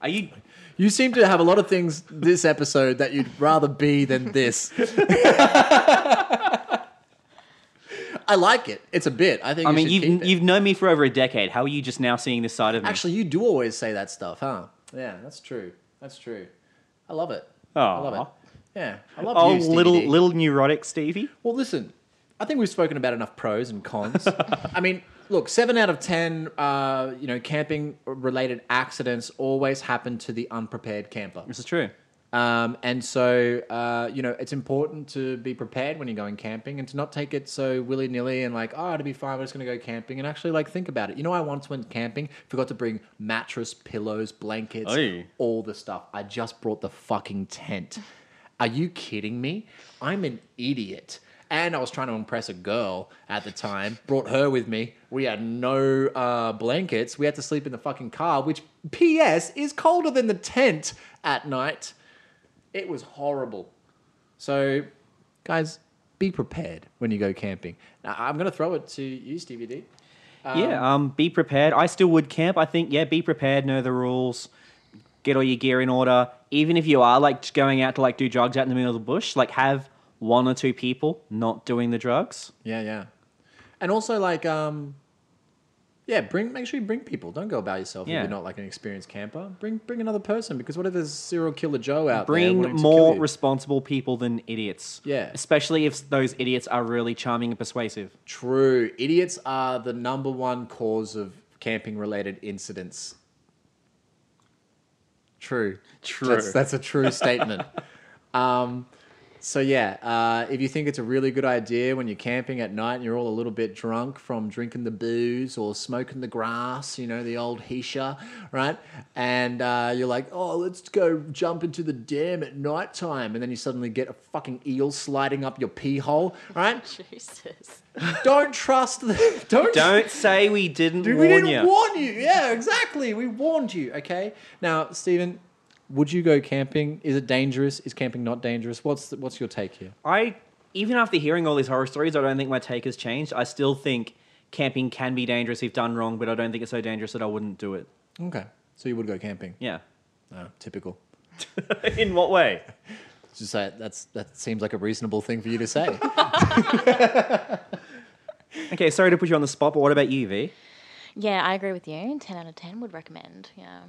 S1: Are you?
S2: You seem to have a lot of things this episode that you'd rather be than this. I like it. It's a bit. I think.
S1: I
S2: you
S1: mean,
S2: should keep
S1: you've
S2: it.
S1: you've known me for over a decade. How are you just now seeing this side of me?
S2: actually you do always say that stuff, huh? Yeah, that's true. That's true. I love it. I love
S1: Aw.
S2: it. Yeah, I love
S1: oh,
S2: you, Stevie
S1: little
S2: D.
S1: little neurotic Stevie.
S2: Well, listen, I think we've spoken about enough pros and
S1: <laughs>
S2: cons. I mean, look, seven out of ten, uh, you know, camping-related accidents always happen to the unprepared camper.
S1: This is true.
S2: Um, and so, uh, you know, it's important to be prepared when you're going camping and to not take it so willy nilly and like, oh, it'll be fine. We're just going to go camping and actually like think about it. You know, I once went camping, forgot to bring mattress, pillows, blankets,
S1: Aye.
S2: all the stuff. I just brought the fucking tent. Are you kidding me? I'm an idiot. And I was trying to impress a girl at the time, brought her with me. We had no uh, blankets. We had to sleep in the fucking car, which, P.S., is colder than the tent at night. It was horrible. So, guys, be prepared when you go camping. Now, I'm going to throw it to you, Stevie D.
S1: yeah, um, be prepared. I still would camp. I think, yeah, be prepared, know the rules, get all your gear in order. Even if you are like just going out to like do drugs out in the middle of the bush, like have one or two people not doing the drugs.
S2: Yeah, yeah. And also, like, um, yeah, bring make sure you bring people. Don't go about yourself
S1: Yeah.
S2: if you're not like an experienced camper. Bring bring another person because what if there's serial killer Joe out there?
S1: Bring
S2: wanting to
S1: more
S2: kill you?
S1: responsible people than idiots.
S2: Yeah.
S1: Especially if those idiots are really charming and persuasive.
S2: True. Idiots are the number one cause of camping related incidents. True.
S1: True.
S2: That's, that's a true statement. Um, So yeah, uh, if you think it's a really good idea when you're camping at night and you're all a little bit drunk from drinking the booze or smoking the grass, you know the old hisha, right? And uh, you're like, oh, let's go jump into the dam at nighttime, and then you suddenly get a fucking eel sliding up your pee hole, right?
S3: Jesus.
S2: don't trust the <laughs> don't
S1: Don't say we didn't
S2: Dude,
S1: warn
S2: we didn't
S1: you.
S2: warn you. Yeah, exactly. We warned you. Okay. Now, Stephen, would you go camping? Is it dangerous? Is camping not dangerous? What's the, what's your take here?
S1: I even after hearing all these horror stories, I don't think my take has changed. I still think camping can be dangerous if done wrong, but I don't think it's so dangerous that I wouldn't do it.
S2: Okay. So you would go camping? <laughs>
S1: Yeah.
S2: No, typical.
S1: In what way?
S2: It's Just say that's that seems like a reasonable thing for you to say.
S1: Okay, sorry to put you on the spot, but what about you, V?
S3: Yeah, I agree with you. 10 out of 10 would recommend. Yeah.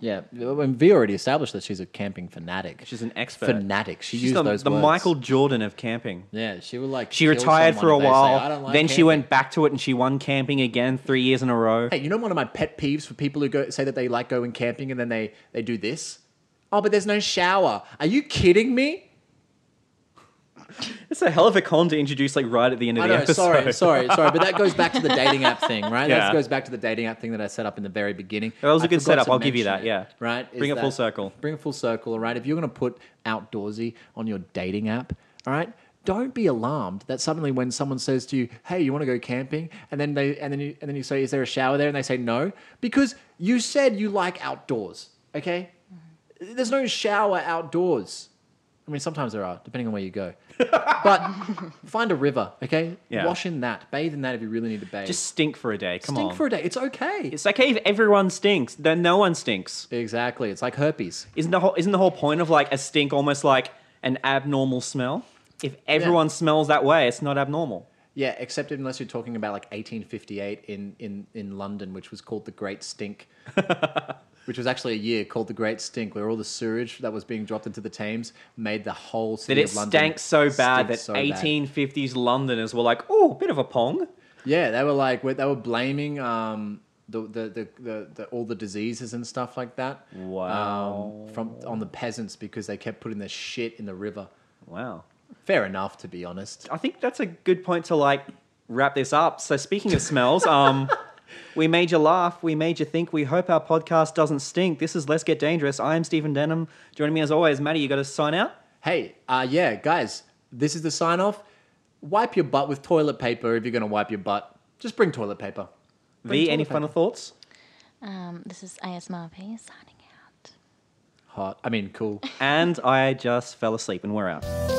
S2: <laughs> yeah. When V already established that she's a camping fanatic.
S1: She's an expert.
S2: fanatic. She
S1: She's
S2: used
S1: the,
S2: those
S1: the
S2: words.
S1: Michael Jordan of camping.
S2: Yeah, she would like.
S1: She
S2: kill
S1: retired
S2: someone
S1: for a
S2: if they say,
S1: while,
S2: "I don't like
S1: then she
S2: camping."
S1: went back to it and she won camping again three years in a row.
S2: Hey, you know one of my pet peeves for people who go say that they like going camping and then they they do this. Oh, but there's no shower. Are you kidding me?
S1: It's a hell of a con to introduce like right at the end of
S2: I
S1: the
S2: know.
S1: episode. <laughs>
S2: Sorry, sorry, sorry. But that goes back to the dating app thing, right?
S1: Yeah.
S2: That goes back to the dating app thing that I set up in the very beginning.
S1: That was a
S2: a
S1: good setup, I'll give you that, yeah.
S2: Right. is
S1: Bring it full
S2: that-
S1: circle.
S2: Bring it full circle. All right. If you're going to put outdoorsy on your dating app, all right. Don't be alarmed that suddenly when someone says to you, "Hey, you want to go camping?" and then they and then you and then you say, "Is there a shower there?" and they say no because you said you like outdoors. Okay. There's no shower outdoors. I mean, sometimes there are, depending on where you go. But find a river, okay?
S1: Yeah.
S2: Wash in that. Bathe in that if you really need to bathe.
S1: Just stink for a day. Come
S2: stink
S1: on.
S2: for a day. It's okay.
S1: it's okay if everyone stinks, then no one stinks.
S2: exactly. It's like herpes.
S1: Isn't the whole isn't the whole point of like a stink almost like an abnormal smell? If everyone smells that way, it's not abnormal.
S2: Yeah, except unless you're talking about like 1858 in, in, in London, which was called the
S1: <laughs>
S2: Great Stink, which was actually a year called the Great Stink, where all the sewage that was being dropped into the Thames made the whole
S1: That
S2: city
S1: it
S2: of London
S1: stank so bad
S2: stink
S1: that
S2: so bad.
S1: 1850s Londoners were like, "Oh, bit of a pong."
S2: Yeah, they were like they were blaming um, the, the, the, the, the all the diseases and stuff like that.
S1: Wow.
S2: Um, from on the peasants because they kept putting their shit in the river.
S1: Wow.
S2: Fair enough, to be honest.
S1: I think that's a good point to like wrap this up. So speaking of smells, um we made you laugh, we made you think, we hope our podcast doesn't stink. This is Let's Get Dangerous. I am Stephen Denham. Joining me as always, Maddie, you gotta sign out.
S2: Hey, uh, yeah, guys, this is the sign off. Wipe your butt with toilet paper if you're gonna wipe your butt. Just bring toilet paper. Bring
S1: V, any
S2: toilet
S1: final
S2: paper.
S1: thoughts?
S3: Um, this is ASMRP signing out.
S2: Hot. I mean, cool.
S1: And I just fell asleep and we're out.